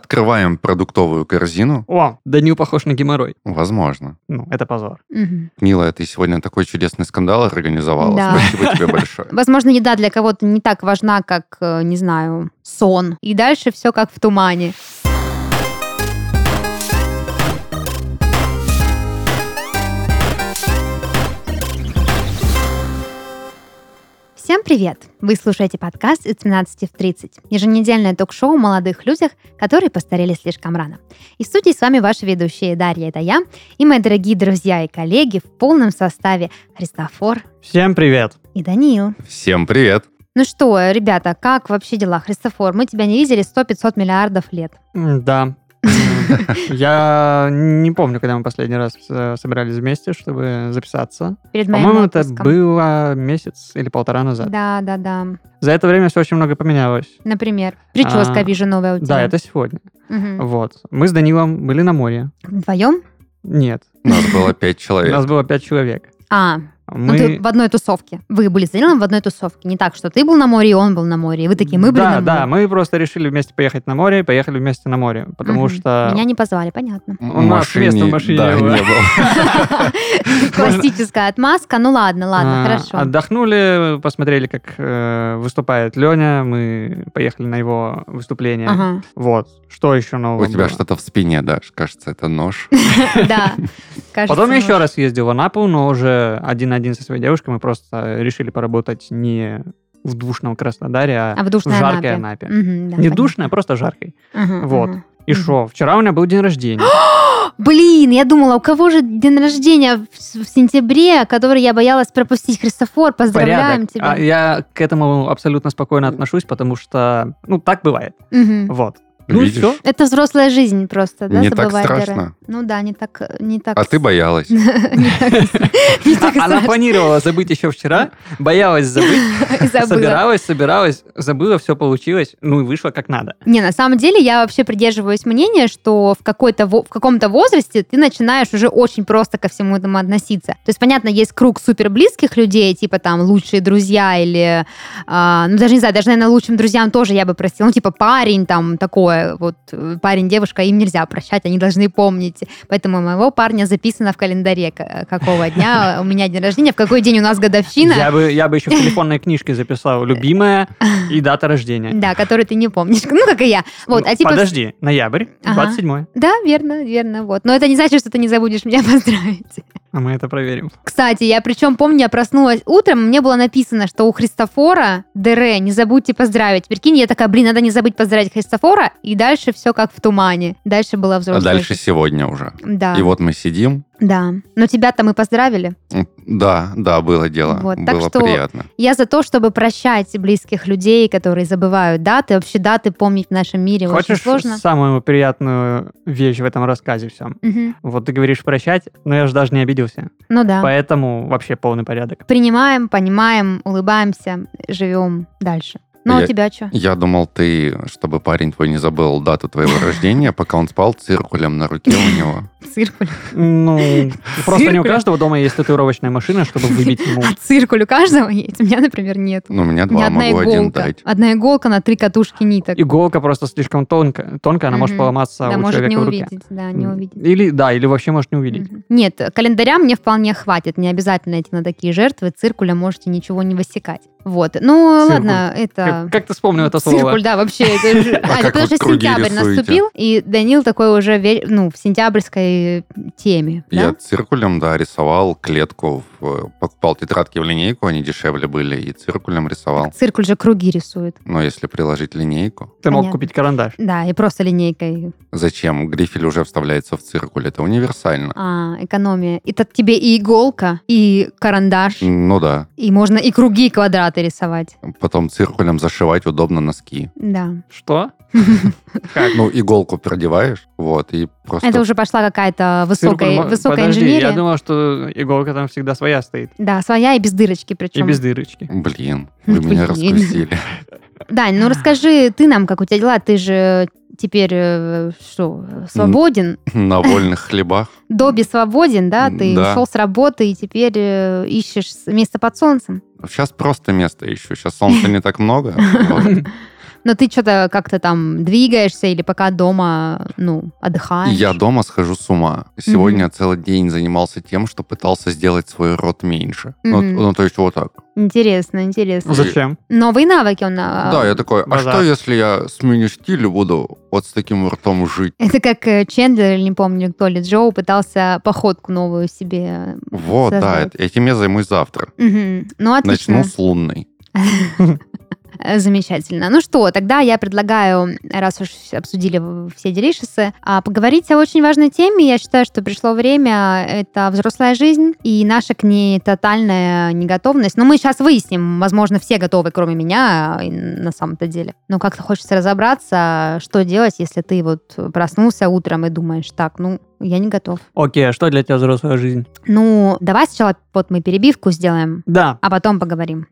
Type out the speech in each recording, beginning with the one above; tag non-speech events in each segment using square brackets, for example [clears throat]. Открываем продуктовую корзину. О, Данил похож на геморрой. Возможно. Ну, это позор. Мгм. Милая, ты сегодня такой чудесный скандал организовала. Да. Спасибо тебе [laughs] большое. Возможно, еда для кого-то не так важна, как, э, не знаю, сон. И дальше все как в тумане. Всем привет! Вы слушаете подкаст «Из 13 в 30» еженедельное ток-шоу о молодых людях, которые постарели слишком рано. И в студии с вами ваши ведущие Дарья, это я, и мои дорогие друзья и коллеги в полном составе Христофор Всем привет. и Даниил. Всем привет. Ну что, ребята, как вообще дела? Христофор, мы тебя не видели 100-500 миллиардов лет. М, [laughs] Да. М, Я не помню, когда мы последний раз э, собирались вместе, чтобы записаться. Перед моим По-моему, это отпуском. было месяц или полтора назад. Да, да, да. За это время все очень много поменялось. Например, прическа, А, вижу, новая у тебя. Да, это сегодня. Вот. Мы с Данилом были на море. Вдвоем? Нет, Нас было пять человек. нас было пять человек. А, ну ты Мы... в одной тусовке. Вы были с Данилом в одной тусовке. Не так, что ты был на море, и он был на море. И вы такие, мы были да, на да, море. мы просто решили вместе поехать на море, и поехали вместе на море, потому Мгм. что Меня не [laughs] позвали, понятно. М- у нас места в машине да, не было. не [laughs] было. Классическая отмазка. Ну ладно, ладно, А, хорошо. Отдохнули, посмотрели, как э, выступает Леня. Мы поехали на его выступление. Ага, Вот. Что еще нового? У тебя было? что-то в спине, да? Кажется, это нож. да. [laughs] Кажется, Потом я ну, еще раз ездил в Анапу, но уже один-один со своей девушкой. Мы просто решили поработать не в душном Краснодаре, а, А в душной жаркой Анапе. Анапе. Мгм, да, не понятно. душной, а просто жаркой. Ага, Вот. ага. И Мгм. шо? Вчера у меня был день [gasps] рождения. Блин, я думала, у кого же день рождения в, с- в сентябре, который я боялась пропустить? Христофор, поздравляем Порядок. А тебя. я к этому абсолютно спокойно отношусь, потому что, ну, так бывает. Мгм. Вот. Ну, Видишь? все. Это взрослая жизнь просто, да? Не так забывай, Вера? страшно. Ну да, не так... Не так А ты боялась. Ну, Не так- [laughs] не так Она страшно. планировала забыть еще вчера, боялась забыть, И [laughs] забыла. Собиралась, собиралась, забыла, все получилось, ну и вышло как надо. Не, на самом деле я вообще придерживаюсь мнения, что в, какой-то, во- в каком-то возрасте ты начинаешь уже очень просто ко всему этому относиться. То есть, понятно, есть круг супер близких людей, типа там лучшие друзья или, а, ну даже не знаю, даже, наверное, лучшим друзьям тоже я бы простила. Ну, типа парень там такое, вот э, парень, девушка, им нельзя прощать, они должны помнить. Поэтому у моего парня записано в календаре, к- какого [laughs] дня у меня день рождения, в какой день у нас годовщина. Я бы, я бы еще в телефонной книжке записал любимая и дата рождения. Да, который ты не помнишь. Ну, как и я. [laughs] Вот, а типа... Подожди, ноябрь, Ага. 27 Да, верно, верно, вот. Но это не значит, что ты не забудешь меня [laughs] поздравить. а мы это проверим. Кстати, я причем помню, я проснулась утром, и мне было написано, что у Христофора ДР, не забудьте поздравить. Прикинь, я такая, блин, надо не забыть поздравить Христофора, и дальше все как в тумане. Дальше была А взрослая. дальше жизнь. сегодня уже. Да, И вот мы сидим. да. Но тебя-то мы поздравили. М, Да, да, было дело. Вот, так Было что- приятно. Я за то, чтобы прощать близких людей, которые забывают даты. Вообще даты помнить в нашем мире очень Хочешь сложно. самую приятную вещь в этом рассказе всем? Мгм. Вот ты говоришь прощать, но я же даже не обиделся. Ну да. Поэтому вообще полный порядок. Принимаем, понимаем, улыбаемся, живем дальше. Ну, а у Я- тебя что? Я думал, ты, чтобы парень твой не забыл дату твоего рождения, пока он спал циркулем на руке у него. Циркуль. [laughs] Ну, просто не у Циркуль. каждого дома есть татуировочная машина, чтобы выбить ему. [laughs] А циркуль у каждого есть? У меня, например, нет. Ну, у меня У меня два, одна могу один иголка. дать. Одна иголка на три катушки ниток. Иголка просто слишком тонкая, тонкая, она может Мгм. поломаться Да, у может не человека в руке. увидеть. Да, не увидеть. Или, да, или вообще может не увидеть. Мгм. Нет, календаря мне вполне хватит. Не обязательно идти на такие жертвы. Циркуля можете ничего не высекать. Вот. Ну, Циркуль. ладно, это... Как, как ты вспомнил это слово? [laughs] Циркуль, да, вообще. это же- А А, как Потому вы что круги сентябрь рисуете? наступил, и Данил такой уже ве- ну, в сентябрьской теме. Я да? циркулем, да, рисовал клетку, в- э, покупал тетрадки в линейку, они дешевле были, и циркулем рисовал. Циркуль же круги рисует. Но если приложить линейку, Ты мог Понятно. купить карандаш. Да, и просто линейкой. зачем? Грифель уже вставляется в циркуль, это универсально. А, экономия. И тут тебе и иголка, и карандаш, Ну да, и можно и круги, и квадраты рисовать. потом циркулем зашивать удобно носки. Да. Что? Ну, иголку продеваешь, вот, и просто... Это уже пошла какая-то высокая, Циркуль- высокая Подожди, инженерия. я думал, что иголка там всегда своя стоит. Да, своя и без дырочки причем. И без дырочки. Блин, вы меня Блин. раскусили. [laughs] Дань, ну расскажи ты нам, как у тебя дела. Ты же теперь э, что, свободен? На вольных хлебах. Доби свободен, да? Ты Да. ушел с работы и теперь э, ищешь с- место под солнцем. [laughs] Сейчас просто место ищу, сейчас солнца не так много. вот. Но ты что-то как-то там двигаешься или пока дома, ну, отдыхаешь. Я дома схожу с ума. Сегодня я целый день занимался тем, что пытался сделать свой рот меньше. Ну, Мгм. ну, то есть вот так. Интересно, интересно. Зачем? Новые навыки он... а, да, я такой, а базар. что, если я сменю стиль и буду вот с таким ртом жить? Это как э, Чендлер, или не помню, кто ли, Джо пытался походку новую себе... Вот, да, создать. эт- этим я займусь завтра. Мгм. Ну, отлично. Начну с лунной. Э, Замечательно. Ну что, тогда я предлагаю, раз уж обсудили в- все делишесы, а, поговорить о очень важной теме. Я считаю, что пришло время. э, Это взрослая жизнь и наша к ней тотальная неготовность. Но мы сейчас выясним. Возможно, все готовы, кроме меня, э, на самом-то деле. Но как-то хочется разобраться, что делать, если ты вот проснулся утром и думаешь, так, ну, я не готов. Окей, а что для тебя взрослая жизнь? Ну, давай сначала вот мы перебивку сделаем, Да. а потом поговорим.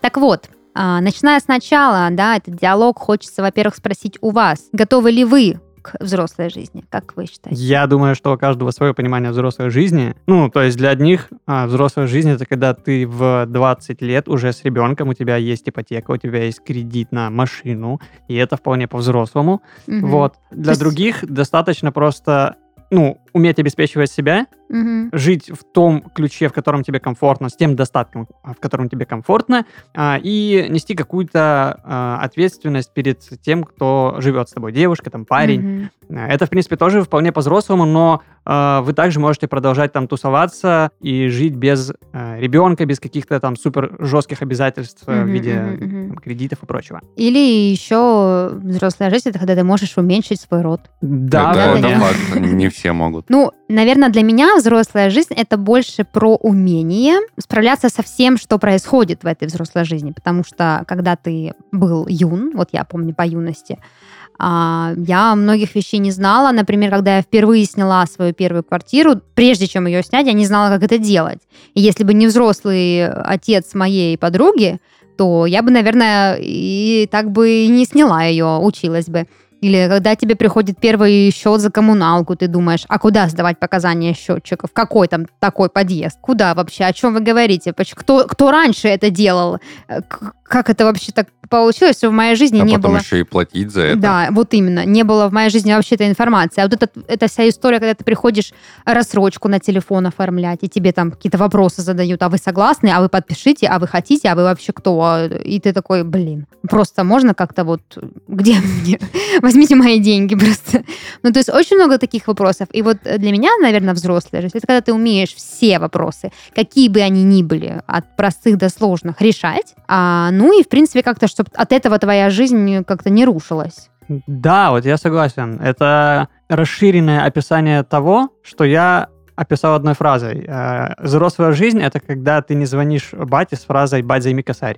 Так вот, а, начиная сначала, да, этот диалог хочется, во-первых, спросить у вас, готовы ли вы к взрослой жизни, как вы считаете? Я думаю, что у каждого свое понимание взрослой жизни. Ну, то есть для одних а, взрослая жизнь это когда ты в 20 лет уже с ребенком, у тебя есть ипотека, у тебя есть кредит на машину, и это вполне по-взрослому. Мгм. Вот. Для есть- других достаточно просто, ну, уметь обеспечивать себя, Мгм. жить в том ключе, в котором тебе комфортно, с тем достатком, а, в котором тебе комфортно, а, и нести какую-то а, ответственность перед тем, кто живет с тобой, девушка, там, парень. Мгм. Э, Это, в принципе, тоже вполне по-взрослому, но э, вы также можете продолжать там тусоваться и жить без э, ребенка, без каких-то там супер жестких обязательств э, в Мгм, виде мгм, мгм. там, кредитов и прочего. Или еще взрослая жизнь, это когда ты можешь уменьшить свой род. Да, это, вот это я. факт, не все могут. Ну, наверное, для меня взрослая жизнь это больше про умение справляться со всем, что происходит в этой взрослой жизни. Потому что когда ты был юн, вот я помню по юности, а, я многих вещей не знала. Например, когда я впервые сняла свою первую квартиру, прежде чем ее снять, я не знала, как это делать. И если бы не взрослый отец моей подруги, то я бы, наверное, и так бы и не сняла ее, училась бы. Или когда тебе приходит первый счет за коммуналку, ты думаешь, а куда сдавать показания счетчиков? Какой там такой подъезд? Куда вообще? О чем вы говорите? Поч- Кто, кто раньше это делал? Э, к- Как это вообще так получилось, что в моей жизни а не потом было? еще и платить за это. Да, вот именно. Не было в моей жизни вообще этой информации. А вот этот, эта вся история, когда ты приходишь рассрочку на телефон оформлять, и тебе там какие-то вопросы задают, а вы согласны, а вы подпишите, а вы хотите, а вы вообще кто? А, И ты такой, блин, просто можно как-то вот, где [laughs] мне? Возьмите мои деньги просто. Ну, то есть очень много таких вопросов. И вот э, для меня, наверное, взрослая жизнь, это когда ты умеешь все вопросы, какие бы они ни были, от простых до сложных, решать. А, ну и, в принципе, как-то, чтобы от этого твоя жизнь как-то не рушилась. [laughs] Да, вот я согласен. Это расширенное описание того, что я описал одной фразой. Э, Взрослая жизнь — это когда ты не звонишь бате с фразой «бать, займи косарь».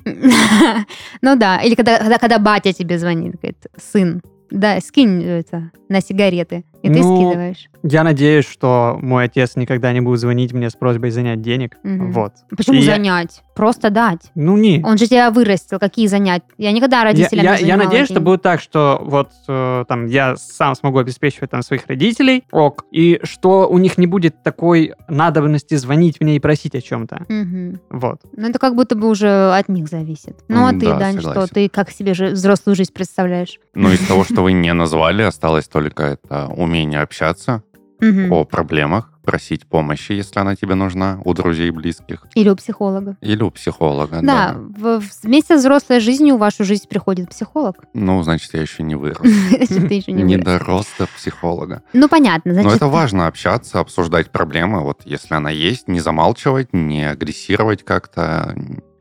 Ну да, или когда, когда, когда батя тебе звонит, говорит, сын, да, скинь это на сигареты, и ты Ну, скидываешь. Я надеюсь, что мой отец никогда не будет звонить мне с просьбой занять денег. Мгм. Вот. Почему и я- занять? Просто дать. Ну, не. Он же тебя вырастил, какие занять? Я никогда Я, родителям я- я не занимала надеюсь, что деньги. будет так, что вот э, там я сам смогу обеспечивать там своих родителей, ок, и что у них не будет такой надобности звонить мне и просить о чем-то, Мгм. вот. Ну, это как будто бы уже от них зависит. Ну, а М, ты, да, Дань, согласен. что? Ты как себе жи- взрослую жизнь представляешь? Но из того, что вы не назвали, осталось только это умение общаться Мгм. о проблемах, просить помощи, если она тебе нужна, у друзей, близких Или у психолога. или у психолога. Да, в- в- вместе с взрослой жизнью в вашу жизнь приходит психолог. [laughs] Ну, значит, я еще не вырос. Значит, ты еще не Не вырос. дорос до психолога. Ну, понятно. Но Значит, это важно общаться, обсуждать проблемы. Вот если она есть, не замалчивать, не агрессировать как-то,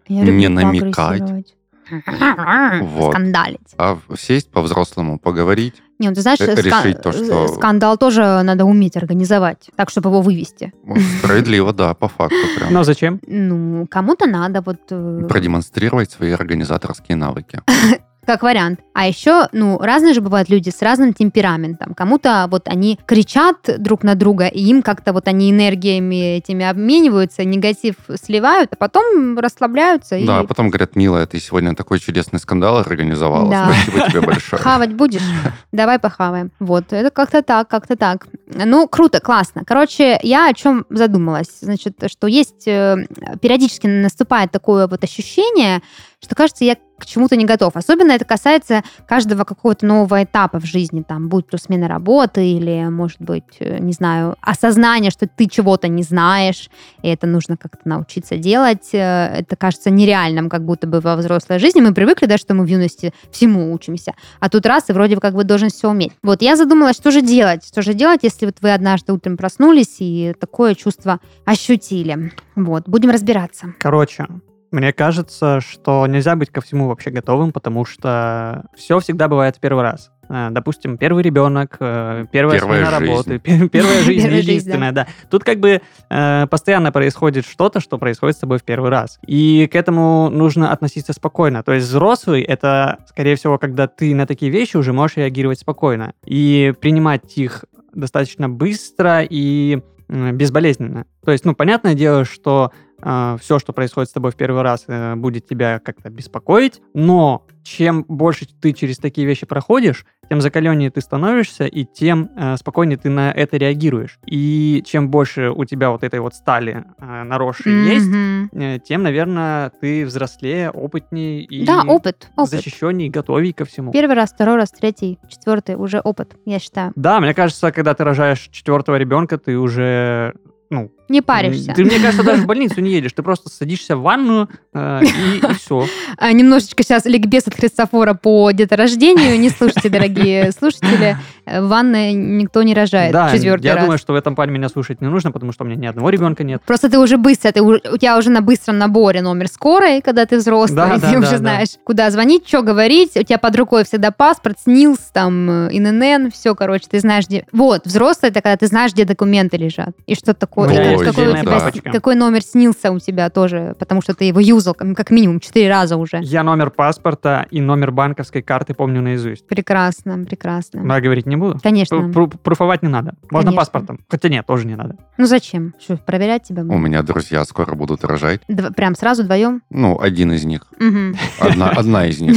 Я люблю не намекать. поагрессировать. Вот. Скандалить. а сесть по-взрослому, поговорить. Не, ну, ты знаешь, Э, ска- решить то, что- скандал тоже надо уметь организовать, так, чтобы его вывести. [laughs] Вот, Справедливо, да, по факту прям. Но зачем? Ну, кому-то надо, вот э, Продемонстрировать свои организаторские навыки. А как вариант. А еще, ну, разные же бывают люди с разным темпераментом. Кому-то вот они кричат друг на друга, и им как-то вот они энергиями этими обмениваются, негатив сливают, а потом расслабляются Да, а и потом говорят, милая, ты сегодня такой чудесный скандал организовала. Да. Спасибо [laughs] тебе большое. Хавать будешь? Давай похаваем. Вот, это как-то так, как-то так. Ну, круто, классно. Короче, я о чем задумалась. Значит, что есть, э, периодически наступает такое вот ощущение, что, кажется, я к чему-то не готов. Особенно это касается каждого какого-то нового этапа в жизни, там, будь то смена работы или, может быть, э, не знаю, осознание, что ты чего-то не знаешь, и это нужно как-то научиться делать. Э, Это кажется нереальным, как будто бы во взрослой жизни. Мы привыкли, да, что мы в юности всему учимся, а тут раз, и вроде бы как бы должен все уметь. Вот, я задумалась, что же делать? Что же делать, если вот вы однажды утром проснулись и такое чувство ощутили? Вот, будем разбираться. Короче, мне кажется, что нельзя быть ко всему вообще готовым, потому что все всегда бывает в первый раз. Э, Допустим, первый ребенок, э, первая, Первая смена жизнь. работы, пер- [laughs] первая жизнь Первая жизнь, да. единственная, да. Тут как бы э, постоянно происходит что-то, что происходит с тобой в первый раз. И к этому нужно относиться спокойно. То есть взрослый — это, скорее всего, когда ты на такие вещи уже можешь реагировать спокойно и принимать их достаточно быстро и м, безболезненно. То есть, ну, понятное дело, что все, что происходит с тобой в первый раз, э, будет тебя как-то беспокоить, но чем больше ты через такие вещи проходишь, тем закаленнее ты становишься, и тем э, спокойнее ты на это реагируешь. И чем больше у тебя вот этой вот стали э, наросшей есть, Мгм. э, тем, наверное, ты взрослее, опытнее и Да, опыт, опыт. защищеннее, и готовее ко всему. Первый раз, второй раз, третий, четвертый уже опыт, я считаю. Да, мне кажется, когда ты рожаешь четвертого ребенка, ты уже Не паришься. Ты, мне кажется, даже в больницу не едешь. Ты просто садишься в ванную э, и, [laughs] все. А, Немножечко сейчас ликбез от Христофора по деторождению. Не слушайте, [laughs] дорогие слушатели. Э, В ванной никто не рожает. Да, Четвертый я раз. думаю, что в этом плане меня слушать не нужно, потому что у меня ни одного ребенка нет. Просто ты уже быстро, ты, у у тебя уже на быстром наборе номер скорой, когда ты взрослый, Да, [laughs] и да, ты да, уже да. знаешь, куда звонить, что говорить, у тебя под рукой всегда паспорт, СНИЛС, там, э, ИНН, все, короче, ты знаешь, где... Вот, взрослый, это когда ты знаешь, где документы лежат, и что такое, У меня есть и какой, у отдельная тебя с- папочка. какой номер СНИЛСа у тебя тоже, потому что ты его юзал как как минимум четыре раза уже. Я номер паспорта и номер банковской карты помню наизусть. Прекрасно, прекрасно. Но я говорить не буду. Конечно. Пру- пру- Пруфовать не надо. Можно Конечно. паспортом. Хотя нет, тоже не надо. Ну зачем? Что, проверять тебя? У будут? меня друзья скоро будут рожать. Дв- прям сразу вдвоем? Ну, один из них. [laughs] Мгм. [laughs] Одна, одна из них.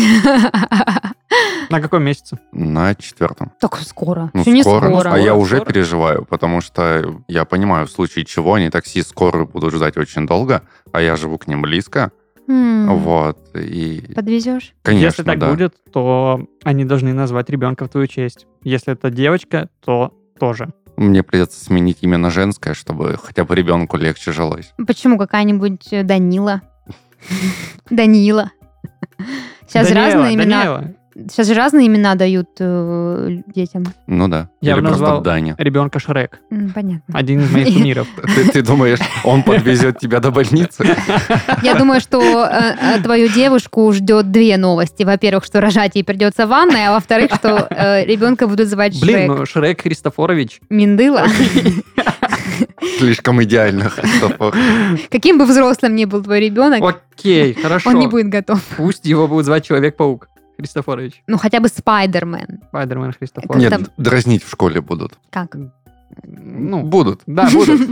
На каком месяце? На четвертом. Так скоро. Ну, Все не скоро. скоро. А я уже Скоро. переживаю, потому что я понимаю, в случае чего они такси скорую будут ждать очень долго, а я живу к ним близко. М, Вот. И, Подвезешь? конечно, если так да. будет, то они должны назвать ребенка в твою честь. Если это девочка, то тоже. Мне придется сменить имя на женское, чтобы хотя бы ребенку легче жилось. Почему какая-нибудь [laughs] э, Данила? Данила. Сейчас Даниэла, разные имена. Даниэла. Сейчас же разные имена дают э, детям. Ну да. Я Или бы назвал- просто Даня. Ребенка Шрек. М, Понятно. Один из моих [laughs] кумиров. Ты, ты думаешь, он подвезет тебя до больницы? [laughs] Я думаю, что э, э, твою девушку ждет две новости. Во-первых, что рожать ей придется в ванной, а во-вторых, что э, ребенка будут звать Блин, Шрек. ну Шрек Христофорович. Миндыла. [laughs] Слишком идеально, Христофор. Каким бы взрослым ни был твой ребенок, Окей, хорошо. он не будет готов. Пусть его будет звать Человек-паук. Христофорович. Ну, хотя бы Спайдермен. Спайдермен Христофорович. Нет, Там- дразнить в школе будут. Как? Ну, будут. да, будут.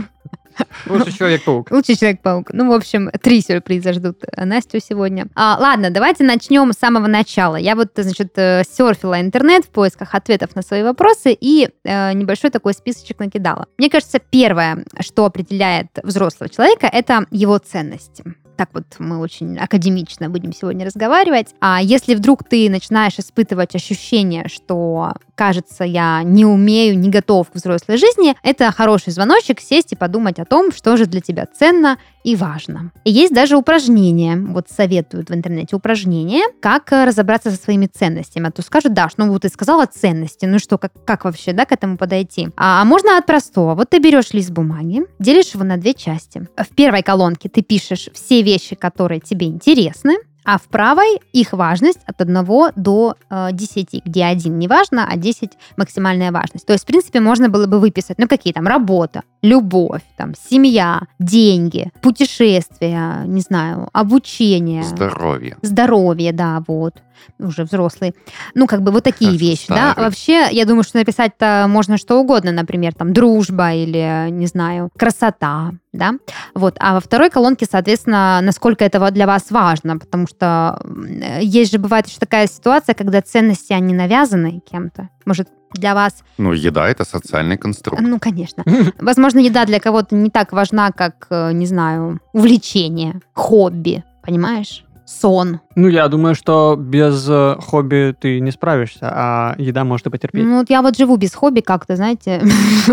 Лучше Человек-паук. Лучший Человек-паук. Ну, в общем, три сюрприза ждут э, Настю сегодня. А, ладно, давайте начнем с самого начала. Я вот, э, значит, э, серфила интернет в поисках ответов на свои вопросы и э, небольшой такой списочек накидала. Мне кажется, первое, что определяет взрослого человека, это его ценности. Так вот мы очень академично будем сегодня разговаривать. А если вдруг ты начинаешь испытывать ощущение, что, кажется, я не умею, не готов к взрослой жизни, это хороший звоночек сесть и подумать о том, что же для тебя ценно и важно. И есть даже упражнения, вот советуют в интернете упражнения, как э, разобраться со своими ценностями. А то скажут, Даш, ну вот ты сказала ценности, ну что, как, как вообще, да, к этому подойти? А, а можно от простого. Вот ты берешь лист бумаги, делишь его на две части. В первой колонке ты пишешь все вещи, которые тебе интересны, а в правой их важность от 1 до э, 10, где 1 не важно, а 10 максимальная важность. То есть, в принципе, можно было бы выписать, ну, какие там, работа, любовь, там, семья, деньги, путешествия, не знаю, обучение. Здоровье. Здоровье, да, вот, уже взрослый. Ну, как бы вот такие Как вещи, да. старый. Вообще, я думаю, что написать-то можно что угодно, например, там, дружба или, не знаю, красота, да. Вот, а во второй колонке, соответственно, насколько это для вас важно, потому что м, э, есть же, бывает еще такая ситуация, когда ценности, они навязаны кем-то. Может, для вас Ну, еда это социальный конструкт. ну, [laughs] конечно. Возможно, еда для кого-то не так важна, как, э, не знаю, увлечение, хобби, понимаешь? сон. Ну, я думаю, что без э, хобби ты не справишься, а еда может и потерпеть. Ну, вот я вот живу без хобби как-то, знаете, [laughs]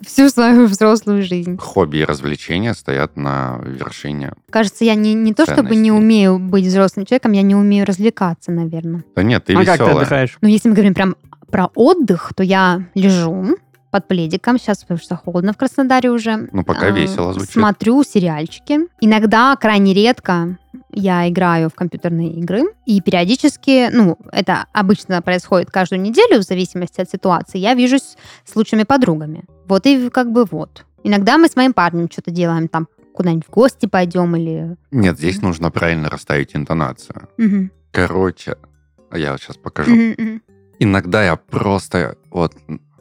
всю свою взрослую жизнь. Хобби и развлечения стоят на вершине. Кажется, я не, не то чтобы Ценности. не умею быть взрослым человеком, я не умею развлекаться, наверное. Да нет, ты а как ты веселая. отдыхаешь? Но если мы говорим прям про отдых, то я лежу под пледиком. Сейчас, потому что холодно в Краснодаре уже. Ну, А, пока весело звучит. А, Смотрю сериальчики. Иногда, крайне редко, я играю в компьютерные игры. И периодически, ну, это обычно происходит каждую неделю, в зависимости от ситуации, я вижусь с лучшими подругами. Вот и как бы вот. Иногда мы с моим парнем что-то делаем, там куда-нибудь в гости пойдем или... Нет, здесь нужно правильно расставить интонацию. Мгм. Короче, а я вот сейчас покажу. Мгм, мгм. Иногда я просто вот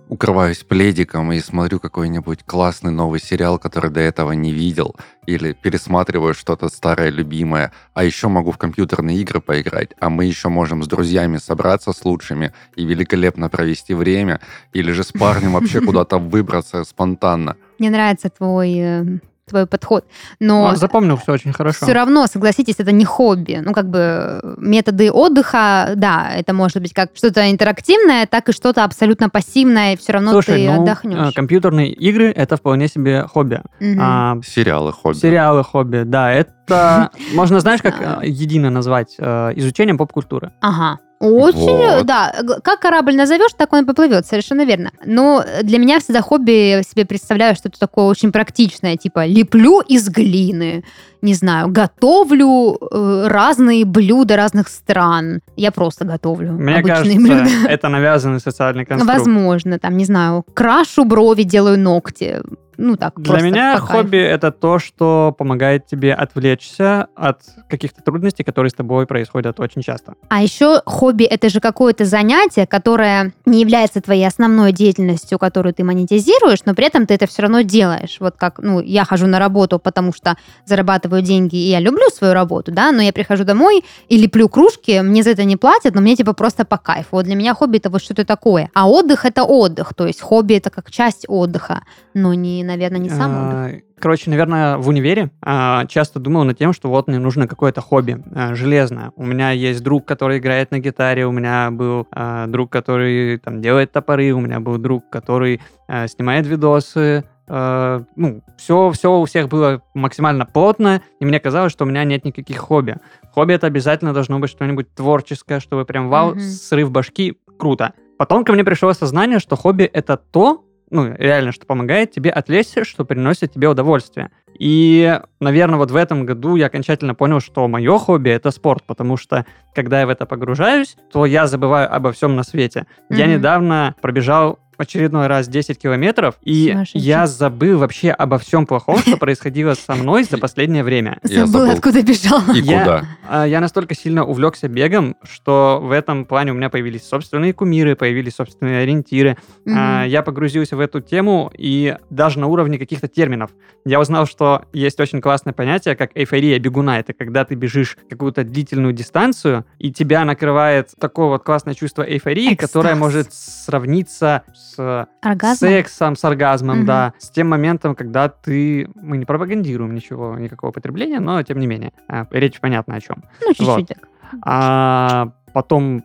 укрываюсь пледиком и смотрю какой-нибудь классный новый сериал, который до этого не видел, или пересматриваю что-то старое, любимое, а еще могу в компьютерные игры поиграть, а мы еще можем с друзьями собраться с лучшими и великолепно провести время, или же с парнем [laughs] вообще куда-то выбраться спонтанно. Мне нравится твой, э, твой подход. Но... А, запомнил все очень хорошо. Все равно, согласитесь, это не хобби. Ну, как бы э, методы отдыха, да, это может быть как что-то интерактивное, так и что-то абсолютно пассивное, все равно Слушай, ну, ты э, отдохнешь. компьютерные игры — это вполне себе хобби. Мгм. А, Сериалы хобби. сериалы хобби, да, [laughs] это... Можно, знаешь, как Знаю. э, едино назвать? э, Изучением поп-культуры. Ага. Очень, Вот. да. г- Как корабль назовешь, так он и поплывет, совершенно верно. Но для меня всегда хобби я себе представляю что-то такое очень практичное, типа леплю из глины, не знаю, готовлю э, разные блюда разных стран. Я просто готовлю Мне кажется, обычные блюда. это навязанный социальный конструкт. Возможно, там, не знаю, крашу брови, делаю ногти. Ну так, Для просто меня по кайфу. хобби это то, что помогает тебе отвлечься от каких-то трудностей, которые с тобой происходят очень часто. А еще хобби это же какое-то занятие, которое не является твоей основной деятельностью, которую ты монетизируешь, но при этом ты это все равно делаешь. Вот как, ну, я хожу на работу, потому что зарабатываю деньги, и я люблю свою работу, да, но я прихожу домой и леплю кружки, мне за это не платят, но мне типа просто по кайфу. Вот для меня хобби это вот что-то такое. А отдых это отдых, то есть хобби это как часть отдыха, но не, наверное, не сам отдых. А, Короче, наверное, в универе а, часто думал над тем, что вот мне нужно какое-то хобби а, железное. У меня есть друг, который играет на гитаре, у меня был а, друг, который там делает топоры, у меня был друг, который а, снимает видосы. А, Ну, все, все у всех было максимально плотно, и мне казалось, что у меня нет никаких хобби. Хобби это обязательно должно быть что-нибудь творческое, чтобы прям вау, Мгм. срыв башки, круто. Потом ко мне пришло осознание, что хобби это то, ну, реально, что помогает тебе отвлечься, что приносит тебе удовольствие. И, наверное, вот в этом году я окончательно понял, что мое хобби — это спорт, потому что, когда я в это погружаюсь, то я забываю обо всем на свете. Я Мгм. недавно пробежал очередной раз 10 километров, и Сумасшедший. я забыл вообще обо всем плохом, что происходило со мной за последнее время. Я Забыла, забыл. откуда бежала. И Я- куда? А, Я настолько сильно увлекся бегом, что в этом плане у меня появились собственные кумиры, появились собственные ориентиры. А, Мгм. Я погрузился в эту тему и даже на уровне каких-то терминов. Я узнал, что есть очень классное понятие, как эйфория бегуна. Это когда ты бежишь какую-то длительную дистанцию, и тебя накрывает такое вот классное чувство эйфории, Экстаз. которое может сравниться с Оргазм? сексом, с оргазмом, Мгм. да, с тем моментом, когда ты... Мы не пропагандируем ничего, никакого потребления, но тем не менее. а, Речь понятна о чем. Ну, чуть-чуть Вот. так. А потом...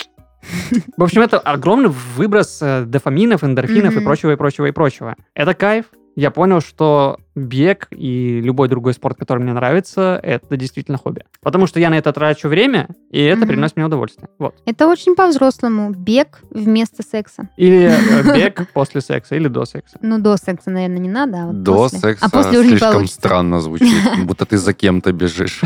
В общем, это огромный выброс э, дофаминов, эндорфинов и Мгм. прочего, и прочего, и прочего. Это кайф. Я понял, что бег и любой другой спорт, который мне нравится, это действительно хобби. Потому что я на это трачу время, и это Мгм. приносит мне удовольствие. Вот. Это очень по-взрослому. Бег вместо секса. Или э, [laughs] бег после секса, или до секса. Ну, до секса, наверное, не надо. А вот До после. секса А после уже не слишком получится. странно звучит, [laughs] будто ты за кем-то бежишь.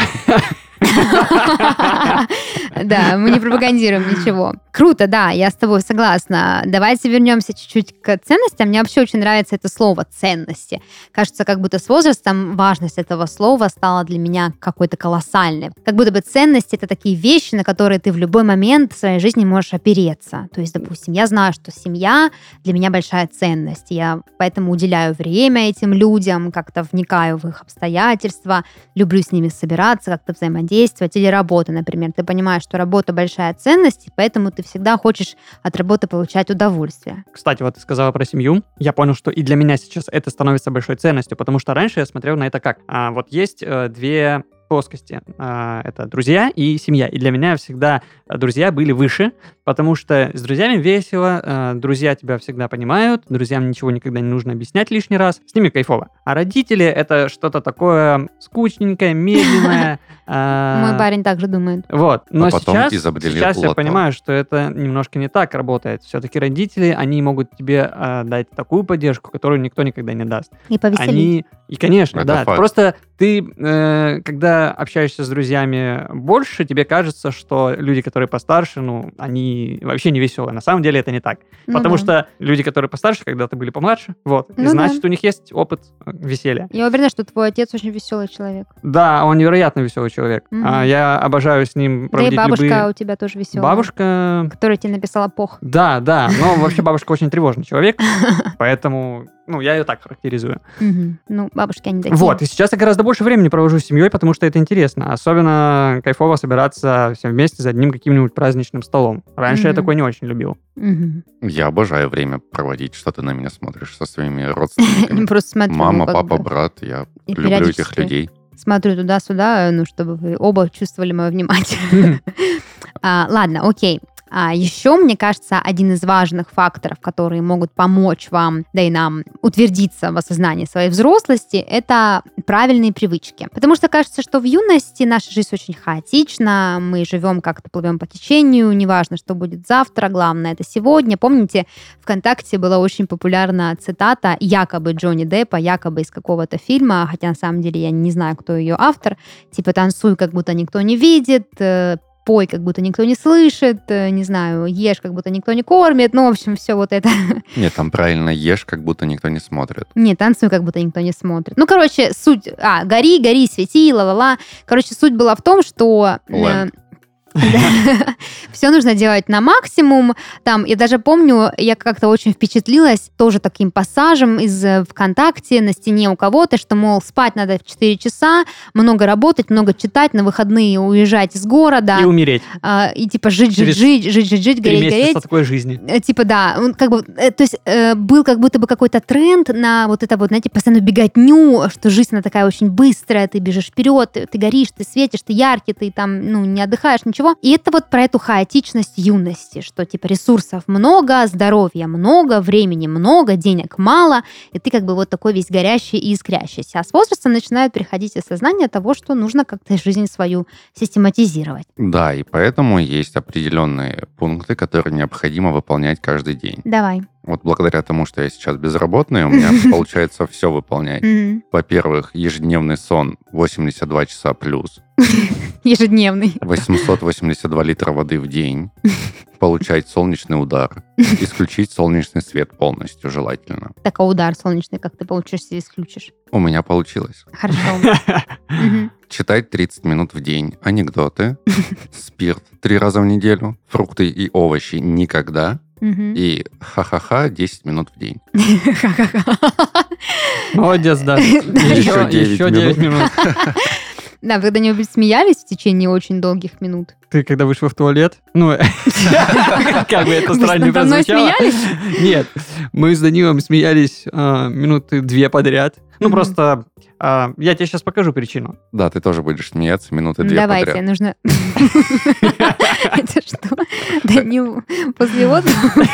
Да, мы не пропагандируем ничего. Круто, да, я с тобой согласна. Давайте вернемся чуть-чуть к ценностям. Мне вообще очень нравится это слово «ценности». Кажется, как будто с возрастом важность этого слова стала для меня какой-то колоссальной. Как будто бы ценности — это такие вещи, на которые ты в любой момент в своей жизни можешь опереться. То есть, допустим, я знаю, что семья для меня большая ценность. Я поэтому уделяю время этим людям, как-то вникаю в их обстоятельства, люблю с ними собираться, как-то взаимодействовать, или работа, например. Ты понимаешь, что работа большая ценность, и поэтому ты всегда хочешь от работы получать удовольствие. Кстати, вот ты сказала про семью. Я понял, что и для меня сейчас это становится большой ценностью, потому что раньше я смотрел на это как. а, вот есть э, две плоскости. А, Это друзья и семья. И для меня всегда а, друзья были выше, потому что с друзьями весело, а, друзья тебя всегда понимают, друзьям ничего никогда не нужно объяснять лишний раз, с ними кайфово. А родители — это что-то такое скучненькое, медленное. Мой а, парень также думает. вот. Но А потом сейчас, изобрели сейчас я лото. понимаю, что это немножко не так работает. Все-таки родители, они могут тебе а, дать такую поддержку, которую никто никогда не даст. И повеселить. Они... И, конечно, Это да. факт. Просто ты, э, когда общаешься с друзьями больше, тебе кажется, что люди, которые постарше, ну, они вообще не веселые. На самом деле это не так. Ну потому да. что люди, которые постарше, когда-то были помладше, вот. и Ну да. значит, у них есть опыт э, веселья. Я уверена, что твой отец очень веселый человек. Да, он невероятно веселый человек. Мгм. А, я обожаю с ним Да и проводить бабушка Ну, любые... у тебя тоже веселая. Бабушка... Которая тебе написала пох. Да, да, но вообще бабушка очень тревожный [laughs] человек, поэтому, ну, я ее так характеризую. Мгм. Ну, бабушки они такие. Вот, и сейчас я гораздо больше времени провожу с семьей, потому что это интересно. Особенно кайфово собираться все вместе за одним каким-нибудь праздничным столом. Раньше я Мгм. такое не очень любил. Мгм. Я обожаю время проводить, что ты на меня смотришь со своими [laughs] родственниками. Просто смотрю. Мама, ну, как папа, бы, брат, я и люблю этих периодически людей. Смотрю туда-сюда, э, ну, чтобы вы оба чувствовали мое внимание. А, ладно, окей. А еще, мне кажется, один из важных факторов, которые могут помочь вам, да и нам, утвердиться в осознании своей взрослости, это правильные привычки. Потому что кажется, что в юности наша жизнь очень хаотична, мы живем как-то, плывем по течению, неважно, что будет завтра, главное это сегодня. Помните, ВКонтакте была очень популярна цитата якобы Джонни Деппа, якобы из какого-то фильма, хотя на самом деле я не знаю, кто ее автор, типа «танцуй, как будто никто не видит», э, пой, как будто никто не слышит, э, не знаю, ешь, как будто никто не кормит, ну, в общем, все вот это. Нет, там правильно ешь, как будто никто не смотрит. Не, танцуй, как будто никто не смотрит. Ну, короче, суть... А, гори, гори, свети, ла-ла-ла. Короче, суть была в том, что... [laughs] Лэнд. Все нужно делать на максимум. Там, я даже помню, я как-то очень впечатлилась тоже таким пассажем из э, ВКонтакте на стене у кого-то, что, мол, спать надо в 4 часа, много работать, много читать, на выходные уезжать из города. И умереть. А, и типа жить, жить, Через жить, жить, жить, жить, Три гореть, месяца гореть. со такой [laughs] жизни. Э, Типа, да, он как бы, э, то есть э, был как будто бы какой-то тренд на вот это вот, знаете, постоянную беготню, что жизнь, она такая очень быстрая, ты бежишь вперед, ты, ты горишь, ты светишь, ты яркий, ты там, ну, не отдыхаешь, ничего. И это вот про эту хаотичность юности, что, типа, ресурсов много, здоровья много, времени много, денег мало, и ты как бы вот такой весь горящий и искрящийся. А с возрастом начинает приходить осознание того, что нужно как-то жизнь свою систематизировать. Да, и поэтому есть определенные пункты, которые необходимо выполнять каждый день. Давай. Вот благодаря тому, что я сейчас безработный, у [laughs] меня получается все выполнять. Мгм. Во-первых, ежедневный сон 82 часа плюс, Ежедневный. 882 литра воды в [laughs] день, получать солнечный удар, исключить солнечный свет полностью желательно. такой удар солнечный, как ты получишься и исключишь. У меня получилось. [laughs] Хорошо. Мгм. Читать 30 минут в день, [laughs] анекдоты, спирт три раза в неделю, фрукты и овощи никогда Мгм. [laughs] и ха-ха-ха 10 минут в день. Ха-ха-ха. Молодец, да. Еще девять Еще 9 минут. Да, вы когда-нибудь смеялись в течение очень долгих минут? Ты когда вышла в туалет, ну, [laughs] как бы это Вы странно не надо мной прозвучало. Нет, мы с Данилом смеялись а, минуты две подряд. Ну, Мгм. просто а, я тебе сейчас покажу причину. Да, ты тоже будешь смеяться минуты Ну, две Давайте, подряд. нужно... [laughs] Это что? Данил после отдыха?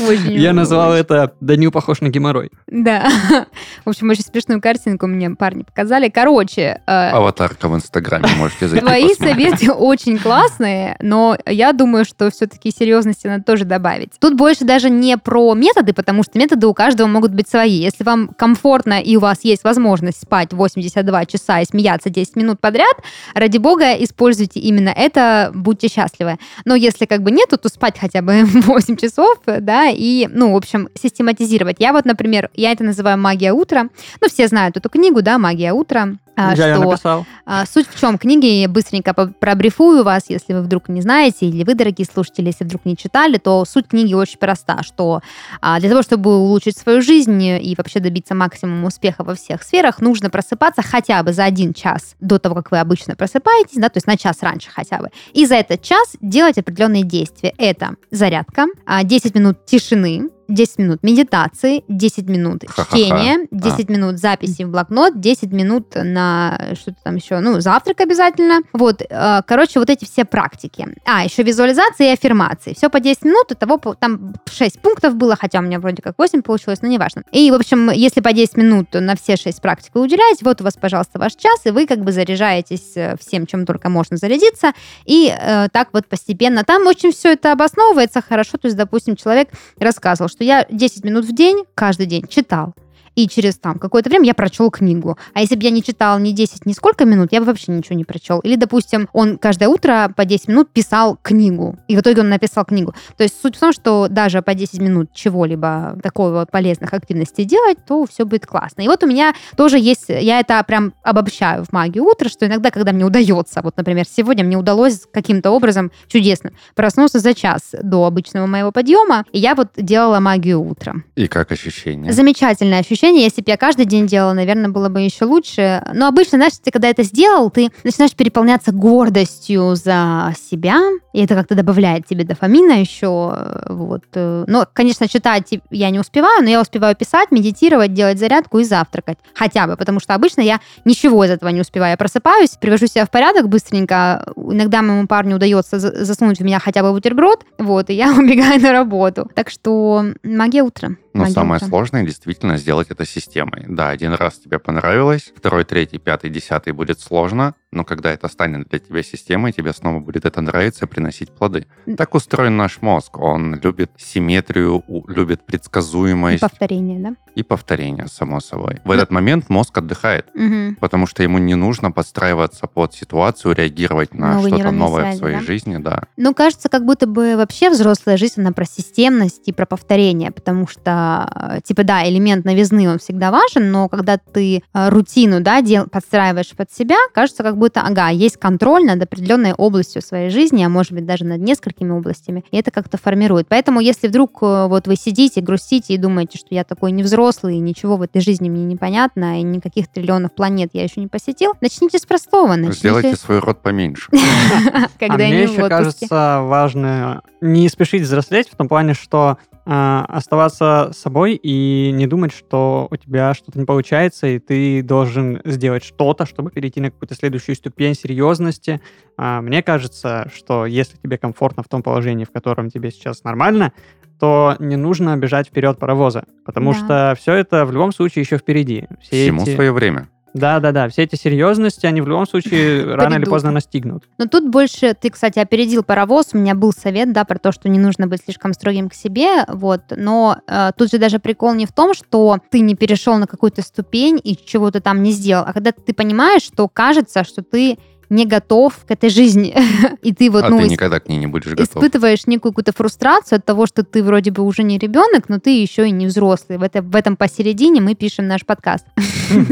[laughs] Очень Я назвал очень. это «Данил похож на геморрой». Да. [laughs] В общем, очень смешную картинку мне парни показали. Короче, э, Аватарка в Инстаграме можете зайти Твои посмотреть. советы [laughs] очень классные, но я думаю, что все-таки серьезности надо тоже добавить. Тут больше даже не про методы, потому что методы у каждого могут быть свои. Если вам комфортно и у вас есть возможность спать 82 часа и смеяться 10 минут подряд, ради бога, используйте именно это, будьте счастливы. Но если как бы нету, то спать хотя бы [laughs] 8 часов, да, и, ну, в общем, систематизировать. Я вот, например, я это называю «Магия утра». Ну, все знают эту книгу, да, «Магия утра». а, Я ее что- написал. а, Суть в чем? Книги я быстренько по- пробрифую вас, если вы вдруг не знаете, или вы, дорогие слушатели, если вдруг не читали, то суть книги очень проста, что а, для того, чтобы улучшить свою жизнь и вообще добиться максимума успеха во всех сферах, нужно просыпаться хотя бы за один час до того, как вы обычно просыпаетесь, да, то есть на час раньше хотя бы. И за этот час делать определенные действия. Это зарядка, а, 10 минут тишины, 10 минут медитации, 10 минут Ха-ха-ха. чтения, 10 минут записи в блокнот, 10 минут на что-то там еще, ну, завтрак обязательно. Вот, э, короче, вот эти все практики. А, еще визуализации и аффирмации. Все по 10 минут, того по- там 6 пунктов было, хотя у меня вроде как 8 получилось, но неважно. И, в общем, если по 10 минут на все 6 практик вы уделяете, вот у вас, пожалуйста, ваш час, и вы как бы заряжаетесь э, всем, чем только можно зарядиться, и э, так вот постепенно. Там очень все это обосновывается хорошо. То есть, допустим, человек рассказывал, что я 10 минут в день, каждый день читал. И через там какое-то время я прочел книгу. А если бы я не читал ни 10, ни сколько минут, я бы вообще ничего не прочел. Или, допустим, он каждое утро по 10 минут писал книгу. И в итоге он написал книгу. То есть суть в том, что даже по 10 минут чего-либо такого полезных активностей делать, то все будет классно. И вот у меня тоже есть, я это прям обобщаю в магию утра, что иногда, когда мне удается, вот, например, сегодня мне удалось каким-то образом чудесно проснуться за час до обычного моего подъема, и я вот делала магию утром. И как ощущение? Замечательное ощущение. Если бы я каждый день делала, наверное, было бы еще лучше. Но обычно, знаешь, ты когда это сделал, ты начинаешь переполняться гордостью за себя, и это как-то добавляет тебе дофамина еще. э, Вот. э. Но, конечно, читать и- я не успеваю, но я успеваю писать, медитировать, делать зарядку и завтракать. Хотя бы, потому что обычно я ничего из этого не успеваю. Я просыпаюсь, привожу себя в порядок быстренько. Иногда моему парню удается за- засунуть в меня хотя бы бутерброд, вот, и я [laughs] убегаю на работу. Так что магия утра. Но Магия Ну, самое утра. сложное действительно сделать это системой. Да, один раз тебе понравилось, второй, третий, пятый, десятый будет сложно, но когда это станет для тебя системой, тебе снова будет это нравиться и приносить плоды. М. Так устроен наш мозг. Он любит симметрию, у- любит И предсказуемость повторение, да? и повторение, само собой. Ну В этот момент мозг отдыхает. Мгм. потому что ему не нужно подстраиваться под ситуацию, реагировать на Новые что-то нейронные новое связи, в своей да? жизни, да. Ну, кажется, как будто бы вообще взрослая жизнь, она про системность и про повторение, потому что, э, типа, да, элемент новизны, он всегда важен, но когда ты э, рутину, да, дел, подстраиваешь под себя, кажется, как будто, ага, есть контроль над определенной областью своей жизни, а может быть, даже над несколькими областями, и это как-то формирует. Поэтому, если вдруг э, вот вы сидите, грустите и думаете, что я такой невзрослый, и ничего в этой жизни мне непонятно, и никаких триллионов планет я еще не посетил, начните с простого, начните... Сделайте свой рот поменьше. [laughs] А когда мне не в еще отпуске. кажется важно не спешить взрослеть в том плане, что а, оставаться собой и не думать, что у тебя что-то не получается, и ты должен сделать что-то, чтобы перейти на какую-то следующую ступень серьезности. А, мне кажется, что если тебе комфортно в том положении, в котором тебе сейчас нормально, то не нужно бежать вперед паровоза, потому Да. что все это в любом случае еще впереди. Все Всему эти- свое время. Да, да, да. Все эти серьезности, они в любом [laughs] случае рано или Придут. поздно настигнут. Но тут больше, ты, кстати, опередил паровоз, у меня был совет, да, про то, что не нужно быть слишком строгим к себе, вот, но э, тут же даже прикол не в том, что ты не перешел на какую-то ступень и чего-то там не сделал, а когда ты понимаешь, что кажется, что ты не готов к этой жизни, [laughs] и ты вот, а ну, ты исп- никогда к ней не будешь готов. испытываешь некую какую-то фрустрацию от того, что ты вроде бы уже не ребенок, но ты еще и не взрослый. В, это, в этом посередине мы пишем [laughs] наш подкаст. [laughs]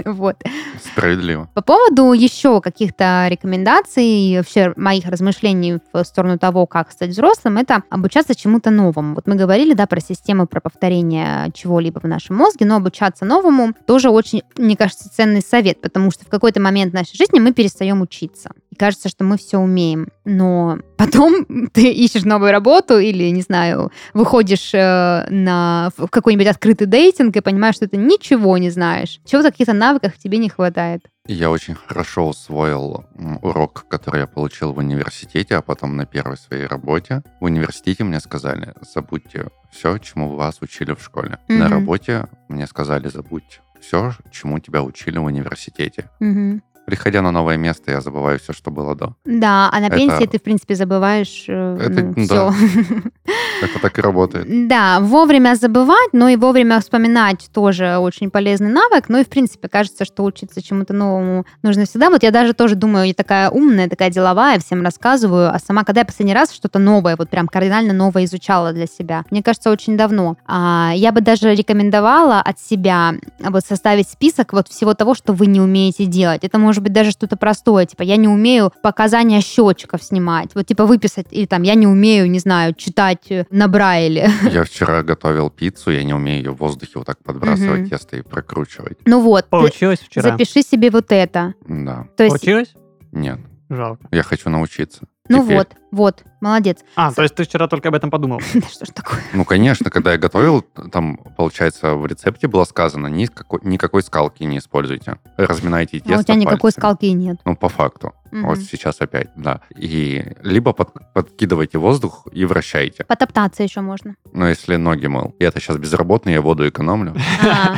Вот. Справедливо. По поводу еще каких-то рекомендаций и вообще моих размышлений в сторону того, как стать взрослым, это обучаться чему-то новому. Вот мы говорили, да, про систему, про повторение чего-либо в нашем мозге, но обучаться новому тоже очень, мне кажется, ценный совет, потому что в какой-то момент нашей жизни мы перестаем учиться. И кажется, что мы все умеем, но потом [laughs] ты ищешь новую работу или, не знаю, выходишь э, на в какой-нибудь открытый дейтинг и понимаешь, что ты ничего не знаешь, чего-то каких-то навыков тебе не хватает. И Я очень хорошо усвоил м, урок, который я получил в университете, а потом на первой своей работе. В университете мне сказали, забудьте все, чему вас учили в школе. На Мгм. работе мне сказали, забудь все, чему тебя учили в университете. Мгм. Приходя на новое место, я забываю все, что было до. Да, а на Это- пенсии ты, в принципе, забываешь э, Это, ну, да. все. [laughs] Это так и работает. Да, вовремя забывать, но и вовремя вспоминать тоже очень полезный навык. Ну и, в принципе, кажется, что учиться чему-то новому нужно всегда. Вот я даже тоже думаю, я такая умная, такая деловая, всем рассказываю, а сама, когда я последний раз что-то новое, вот прям кардинально новое изучала для себя, мне кажется, очень давно. А, я бы даже рекомендовала от себя а, вот составить список вот всего того, что вы не умеете делать. Это может быть даже что-то простое, типа я не умею показания счетчиков снимать, вот типа выписать, или там я не умею, не знаю, читать э, на брайле, Я вчера готовил пиццу, я не умею ее в воздухе вот так подбрасывать Мгм. тесто и прокручивать. Ну вот, ты Получилось вчера. запиши себе вот это. Да, То есть, Получилось? нет, Жалко. я хочу научиться. Ну Теперь. вот, вот, молодец. [laughs] А, то есть ты вчера только об этом подумал. Да что ж такое? Ну, конечно, когда я готовил, там, получается, в рецепте было сказано, никакой, никакой скалки не используйте. Разминайте тесто А у тебя никакой пальцами. скалки и нет. Ну, по факту. Мгм. Вот сейчас опять, да. И либо под- подкидывайте воздух и вращайте. Потоптаться [laughs] еще можно. Но если ноги мыл. Я-то сейчас безработный, я воду экономлю. А,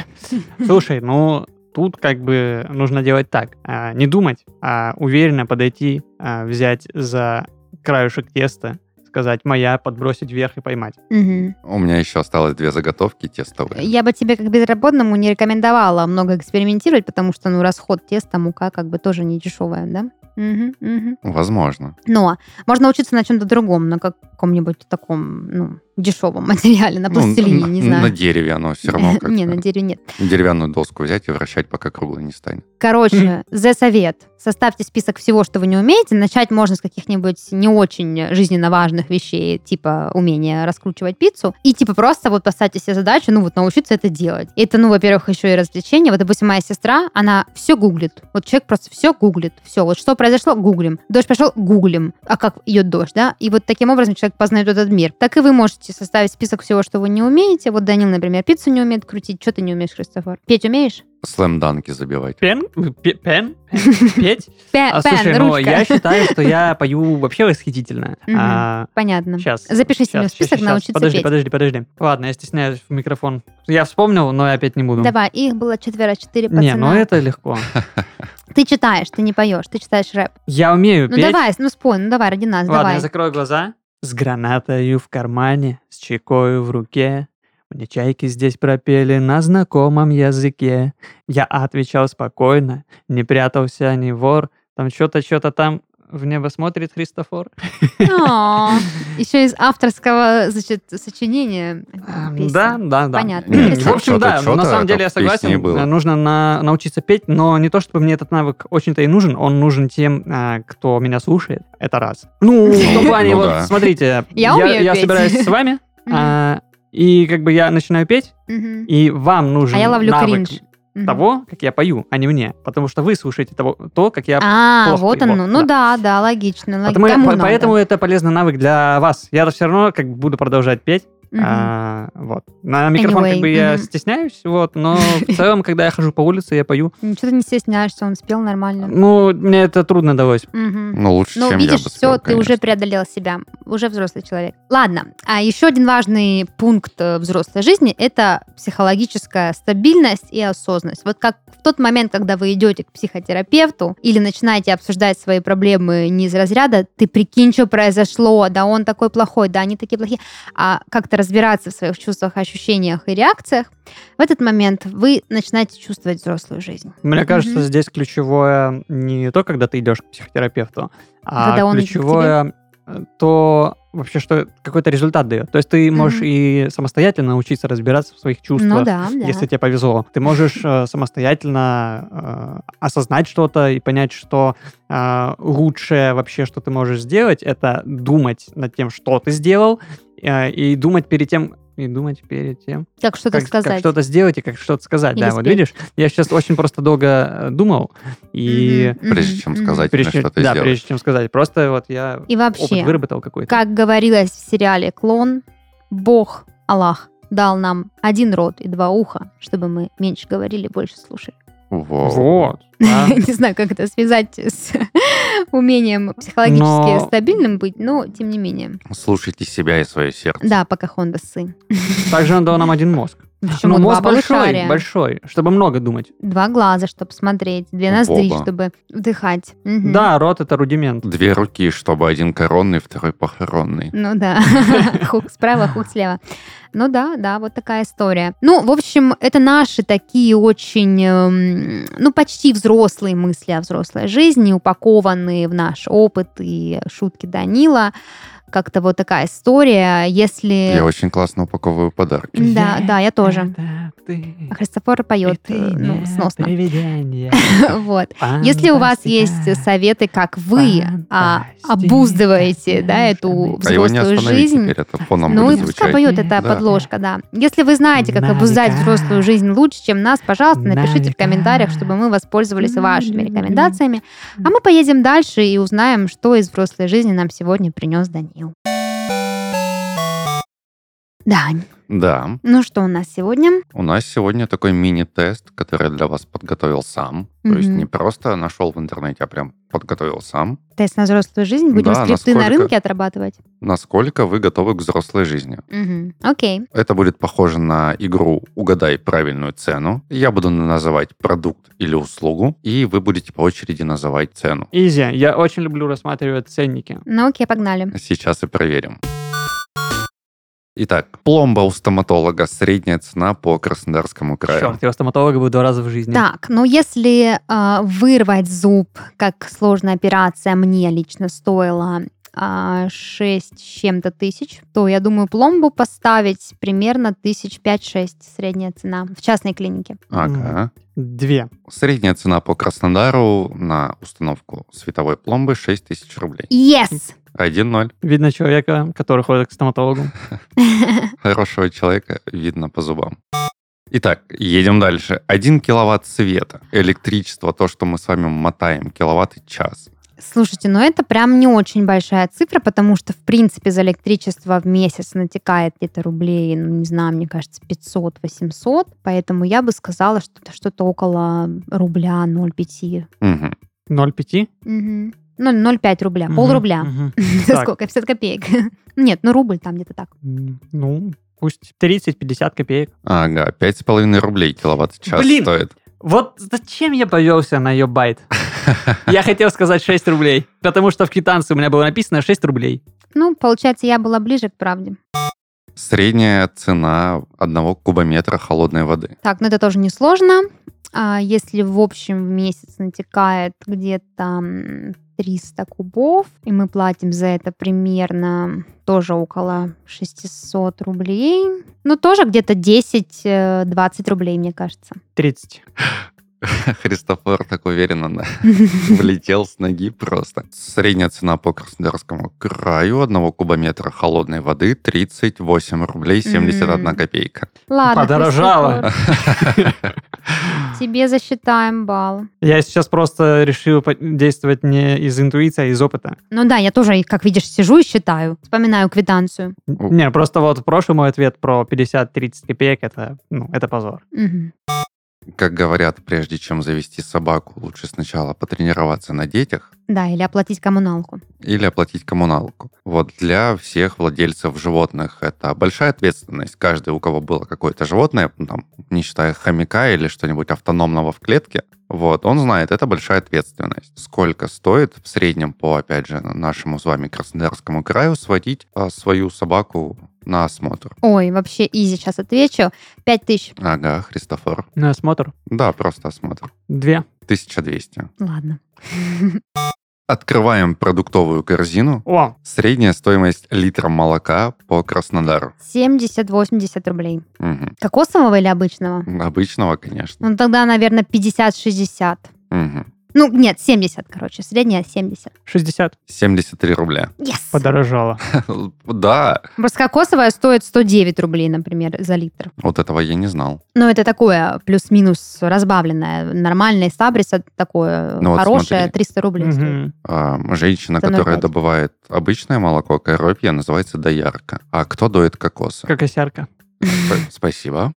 Слушай, ну тут как бы нужно делать так. а, Не думать, а уверенно подойти, а, взять за краешек теста, сказать «моя», подбросить вверх и поймать. мгм. У меня еще осталось две заготовки тестовые. Я бы тебе как безработному не рекомендовала много экспериментировать, потому что, ну, расход теста, мука как бы тоже не дешевая, да? Мгм, мгм. Возможно. Но можно учиться на чем-то другом, на каком-нибудь таком, ну, дешевом [laughs] материале, на Ну, пластилине, не на- На знаю. дереве оно все равно как [laughs] Не, на дереве нет. деревянную доску взять и вращать, пока круглой не станет. Короче, за совет. Составьте список всего, что вы не умеете. Начать можно с каких-нибудь не очень жизненно важных вещей, типа умения раскручивать пиццу. И типа просто вот поставьте себе задачу, ну вот научиться это делать. Это, ну, во-первых, еще и развлечение. Вот, допустим, моя сестра, она все гуглит. Вот человек просто все гуглит. Все, вот что произошло, гуглим. Дождь пошел, гуглим. А как идет дождь, да? И вот таким образом человек познает этот мир. Так и вы можете составить список всего, что вы не умеете. Вот Данил, например, пиццу не умеет крутить. Что ты не умеешь, Христофор? Петь умеешь? Слэм-данки забивать. Пен? Пе- [laughs] Пен? Петь? Пе- А, пен, слушай, ну ручка. я считаю, что [laughs] я пою вообще восхитительно. Мгм. А, Понятно. Сейчас. Запиши себе в щас, список щас, щас. научиться Подожди, петь. подожди, подожди. Ладно, я стесняюсь в микрофон. Я вспомнил, но я опять не буду. Давай, их было четверо, четыре пацана. ну. Не, ну это легко. Ты читаешь, ты не поешь, ты читаешь рэп. Я умею Ну петь. давай, ну спой, ну давай, ради нас, Ладно, давай. я закрою глаза. С гранатою в кармане, с чайкою в руке. Мне чайки здесь пропели на знакомом языке. Я отвечал спокойно, не прятался ни вор. Там что-то, что-то там в небо смотрит Христофор. О, Еще из авторского, значит, сочинения. Эм, песни. Да, да, да. А, Понятно. Не, [clears throat] Ну, В общем, чё-то, да, чё-то на самом это деле я в песне и согласен. было. э, Нужно на- научиться петь, но не то, чтобы мне этот навык очень-то и нужен, он нужен тем, э, кто меня слушает. Это раз. Ну, в [laughs] том Ну, плане, ну вот да. смотрите, Я умею я петь. собираюсь с вами, Мгм, а, и как бы я начинаю петь, мгм. и вам нужен А я ловлю навык кринж. Мгм. того, как я пою, а не мне. Потому что вы слушаете того, то, как я А, плохо вот его, оно. Ну да, да, логично. лог- Потому я- кому по- надо? поэтому это полезный навык для вас. Я все равно как бы буду продолжать петь. Мгм. А, вот. На микрофон Anyway, как бы я мгм. стесняюсь, вот, [laughs] но в целом, когда я хожу по улице, я пою. Ничего ты не стесняешься, он спел нормально. Ну, мне это трудно далось. Мгм. Ну, лучше, Ну, чем я видишь, бы все, спел, ты уже конечно. преодолел себя, уже взрослый человек. Ладно, а еще один важный пункт э, взрослой жизни – это психологическая стабильность и осознанность. Вот как в тот момент, когда вы идете к психотерапевту или начинаете обсуждать свои проблемы не из разряда «ты прикинь, что произошло, да он такой плохой, да они такие плохие», а как-то разбираться в своих чувствах, ощущениях и реакциях, в этот момент вы начинаете чувствовать взрослую жизнь. Мне кажется, Мгм. здесь ключевое не то, когда ты идешь к психотерапевту, а Когда он идет к ключевое э, то вообще, что какой-то результат дает. То есть ты можешь Мгм. и самостоятельно научиться разбираться в своих чувствах, ну да, да. если тебе повезло. Ты можешь э, самостоятельно э, осознать что-то и понять, что э, лучшее вообще, что ты можешь сделать, это думать над тем, что ты сделал, э, и думать перед тем, и думать перед тем, Как что-то как, как сказать. что-то сделать и как что-то сказать. Или да, вот спеть. видишь, я сейчас очень просто долго э, думал, и Мгм, Прежде мгм, чем мгм. сказать мне, прежде, чем- что ты да, сделаешь. прежде чем сказать, просто вот я И вообще, опыт выработал какой-то. Как говорилось в сериале «Клон», Бог, Аллах, дал нам один рот и два уха, чтобы мы меньше говорили, больше слушали. [laughs] Во. Вот. А да. Не знаю, как это связать с [laughs] умением психологически Но- стабильным быть, но тем не менее. Слушайте себя и свое сердце. Да, пока Хонда сын. Также он дал нам один мозг. Почему ну, два мозг большой, полушария? большой, чтобы много думать. Два глаза, чтобы смотреть, две ноздри, Оба. чтобы вдыхать. Мгм. Да, рот это рудимент. Две руки, чтобы один коронный, второй похоронный. [laughs] Ну да, хук справа, хук слева. Ну да, да, вот такая история. Ну, в общем, это наши такие очень, эм, ну, почти взрослые мысли о взрослой жизни, упакованные в наш опыт и шутки Данила. как-то вот такая история, если... Я очень классно упаковываю подарки. Да, да, я тоже. Это ты. А Христофор поет, И ты э, ну, не сносно. привидение. Вот. [laughs] Если у вас Фантастика. есть советы, как вы а, Фантастика, обуздываете да, эту А его не взрослую остановить жизнь, теперь, это фоном Ну и будет звучать. пускай поет, Да. это подложка, да. Если вы знаете, как На обуздать века. взрослую жизнь лучше, чем нас, пожалуйста, На напишите в века. комментариях, чтобы мы воспользовались вашими рекомендациями. А мы поедем дальше и узнаем, что из взрослой жизни нам сегодня принес Данил. Дань, Да. ну что у нас сегодня? У нас сегодня такой мини-тест, который я для вас подготовил сам. То есть Мгм. не просто нашел в интернете, а прям подготовил сам. Тест на взрослую жизнь. Будем Да, скрипты на насколько- рынке отрабатывать. Насколько вы готовы к взрослой жизни? Мгм. Окей. Это будет похоже на игру «Угадай правильную цену». Я буду называть продукт или услугу, и вы будете по очереди называть цену. Изи, я очень люблю рассматривать ценники. Ну окей, погнали. Сейчас и проверим. Итак, пломба у стоматолога. Средняя цена по Краснодарскому краю. Черт, я у стоматолога был два раза в жизни. Так, ну если а, вырвать зуб, как сложная операция мне лично стоила а, 6 с чем-то тысяч, то я думаю, пломбу поставить примерно тысяч пять-шесть средняя цена в частной клинике. Ага. Две. Средняя цена по Краснодару на установку световой пломбы 6 тысяч рублей. Yes! 1-0. Видно человека, который ходит к стоматологу. Хорошего человека видно по зубам. Итак, едем дальше. 1 киловатт света. Электричество, то, что мы с вами мотаем, киловатт и час. Слушайте, но это прям не очень большая цифра, потому что, в принципе, за электричество в месяц натекает где-то рублей, ну, не знаю, мне кажется, 500-800, поэтому я бы сказала, что это что-то около рубля 0,5. Мгм. 0,5? Мгм. Ну, 0,5 рубля, пол Мгм, рубля. [laughs] мгм. За Так. сколько? 50 копеек. [laughs] Нет, ну рубль там где-то так. М, Ну, пусть 30-50 копеек. Ага, 5,5 рублей киловатт в час Блин! стоит. Вот зачем я повелся на ее байт? Я хотел сказать 6 рублей, потому что в квитанции у меня было написано 6 рублей. Ну, получается, я была ближе к правде. Средняя цена одного кубометра холодной воды. [laughs] Так, ну это тоже несложно. А если в общем в месяц натекает где-то м, 300 кубов, и мы платим за это примерно тоже около 600 рублей, ну тоже где-то 10-20 рублей, мне кажется. 30. Христофор так уверенно да, влетел с ноги просто. Средняя цена по Краснодарскому краю одного кубометра холодной воды 38 рублей 71 М. копейка. Ладно, Подорожало. [laughs] Христофор, Тебе засчитаем балл. Я сейчас просто решил по- действовать не из интуиции, а из опыта. Ну да, я тоже, как видишь, сижу и считаю. Вспоминаю квитанцию. У. Не, просто вот прошлый мой ответ про 50-30 копеек, это, ну, это позор. Мгм. Как говорят, прежде чем завести собаку, лучше сначала потренироваться на детях Да, или оплатить коммуналку. или оплатить коммуналку. Вот для всех владельцев животных это большая ответственность. Каждый, у кого было какое-то животное, ну, там, не считая хомяка или что-нибудь автономного в клетке, вот, он знает, это большая ответственность. Сколько стоит в среднем по, опять же, нашему с вами Краснодарскому краю сводить а, свою собаку на осмотр? Ой, вообще изи сейчас отвечу. Пять тысяч. Ага, Христофор. Ну, На осмотр. Да, просто осмотр. Две. 1200. Ладно. Открываем продуктовую корзину. О, Средняя стоимость литра молока по Краснодару. 70-80 рублей. Мгм. Кокосового или обычного? Обычного, конечно. Ну тогда, наверное, 50-60. Мгм. Ну, нет, 70, короче. Средняя 70. 60. 73 рубля. [laughs] Yes! Подорожало. Да, Просто кокосовая стоит 109 рублей, например, за литр. вот этого я не знал. Но это такое плюс-минус разбавленное. Нормальное из Сабриса такое Ну вот хорошее, смотри. 300 рублей стоит. Мгм. А, Женщина, Это которая 0,5. добывает обычное молоко, коровье, называется доярка. А кто доит кокосы? Кокосярка. Сп- Спасибо.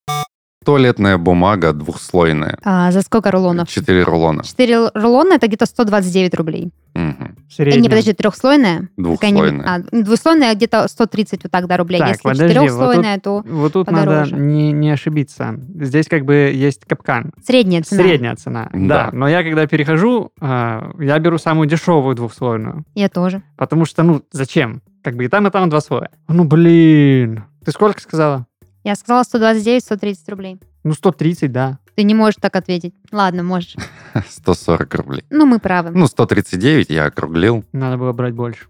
Туалетная бумага двухслойная. А, за сколько рулонов? Четыре рулона. 4 рулона это где-то 129 рублей. Мгм. Э, Средняя. Не, подожди, трехслойная? Двухслойная. Какая-нибудь- А, двухслойная где-то 130 вот так, да, рублей. Так, Если подожди, вот тут- четырехслойная, то Вот тут Подороже. надо не, не ошибиться. Здесь как бы есть капкан. средняя цена. Средняя цена. Да. Да. Но я когда перехожу, а, я беру самую дешевую двухслойную. Я тоже. Потому что, ну, зачем? Как бы и там, и там два слоя. Ну, блин. Ты сколько сказала? Я сказала 129-130 рублей. Ну, 130, да. Ты не можешь так ответить. Ладно, можешь. [laughs] 140 рублей. Ну, мы правы. Ну, 139 я округлил. Надо было брать больше.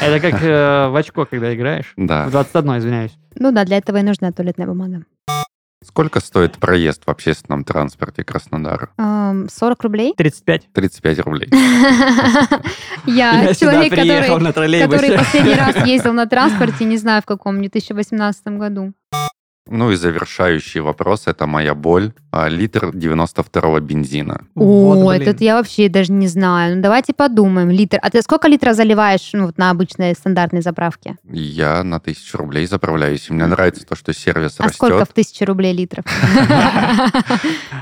Это как э, в очко, когда играешь. В Да. 21, извиняюсь. Ну да, для этого и нужна туалетная бумага. Сколько стоит проезд в общественном транспорте Краснодара? Эм, 40 рублей? 35. 35 рублей. [laughs] Я Я сюда человек, приехал который на который [laughs] троллейбусе. последний раз ездил на транспорте, не знаю в каком, в 2018 году. Ну и завершающий вопрос, это моя боль. А, Литр 92-го бензина. О, этот я вообще даже не знаю. Ну, давайте подумаем. Литр. А ты сколько литров заливаешь ну, вот на обычной стандартной заправке? Я на тысячу рублей заправляюсь. И мне нравится то, что сервис А сколько в растет. тысячу тысячу [laughs] рублей литров?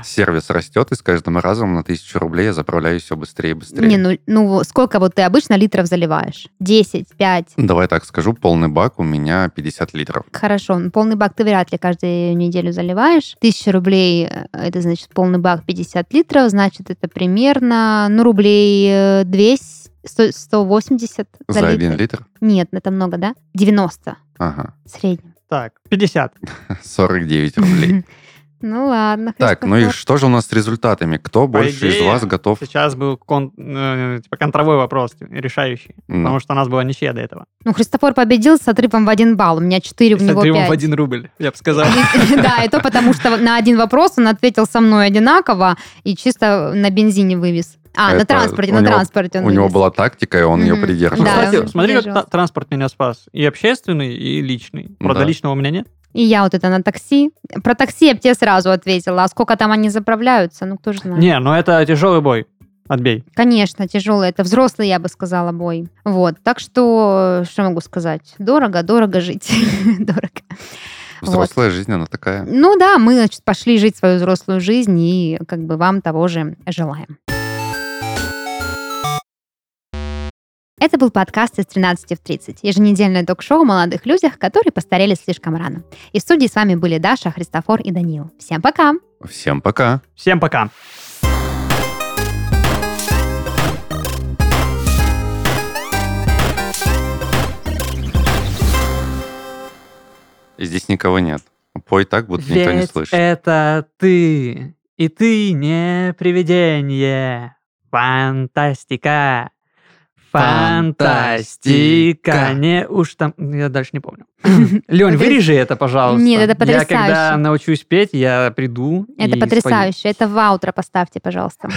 Сервис растет, и с каждым разом на тысячу рублей я заправляюсь все быстрее и быстрее. Не, ну, ну сколько вот ты обычно литров заливаешь? 10, 5? Давай так скажу, полный бак у меня 50 литров. Хорошо, ну, полный бак ты вряд ли каждую неделю заливаешь. Тысяча рублей, э, это значит полный бак 50 литров, значит это примерно, ну, рублей э, 200, сто- 180 за, За один литр? Нет, это много, да? 90 Ага, [laughs] в среднем. Так, 50. 49 [laughs] рублей. Ну ладно. хрен Так, ну и похож. что же у нас с результатами? Кто больше из идее, вас готов? Сейчас был кон- э, типа контровой вопрос, решающий. Ну, Потому что у нас была ничья до этого. Ну, Христофор победил с отрывом в один балл. У меня 4, у С него отрывом в 5. один рубль, я бы [laughs] сказал. Да, и [laughs] то потому, что на один вопрос он ответил со мной одинаково и чисто на бензине вывез. А, на Это транспорте, у на него- транспорте он У него вывез. была тактика, и он ее Мгм. Ну, Да, придерживался. кстати, он смотри, как держался. та- транспорт меня спас. И общественный, и личный. Правда, Да. личного у меня нет. И я вот это на такси. Про такси я бы тебе сразу ответила. А сколько там они заправляются, ну кто же знает. Не, но это тяжелый бой. Отбей. Конечно, тяжело. Это взрослый, я бы сказала, бой. Вот. Так что, что могу сказать? Дорого, дорого жить. [laughs] дорого. Взрослая жизнь, она такая. Ну да, мы значит, пошли жить свою взрослую жизнь и как бы вам того же желаем. Это был подкаст из 13 в 30, еженедельное ток-шоу о молодых людях, которые постарели слишком рано. И в студии с вами были Даша, Христофор и Данил. Всем пока! Всем пока. Всем пока. И Здесь никого нет. Пой так, будто никто не Ведь слышит. это ты, и ты не привидение. Фантастика. Фантастика. Фантастика. Не уж там... ну, Я дальше не [laughs] помню. Лень, Потряс- вырежи это, пожалуйста. Нет, это Я когда потрясающе. научусь петь, я приду Это и спою. потрясающе. Это в аутро поставьте, пожалуйста.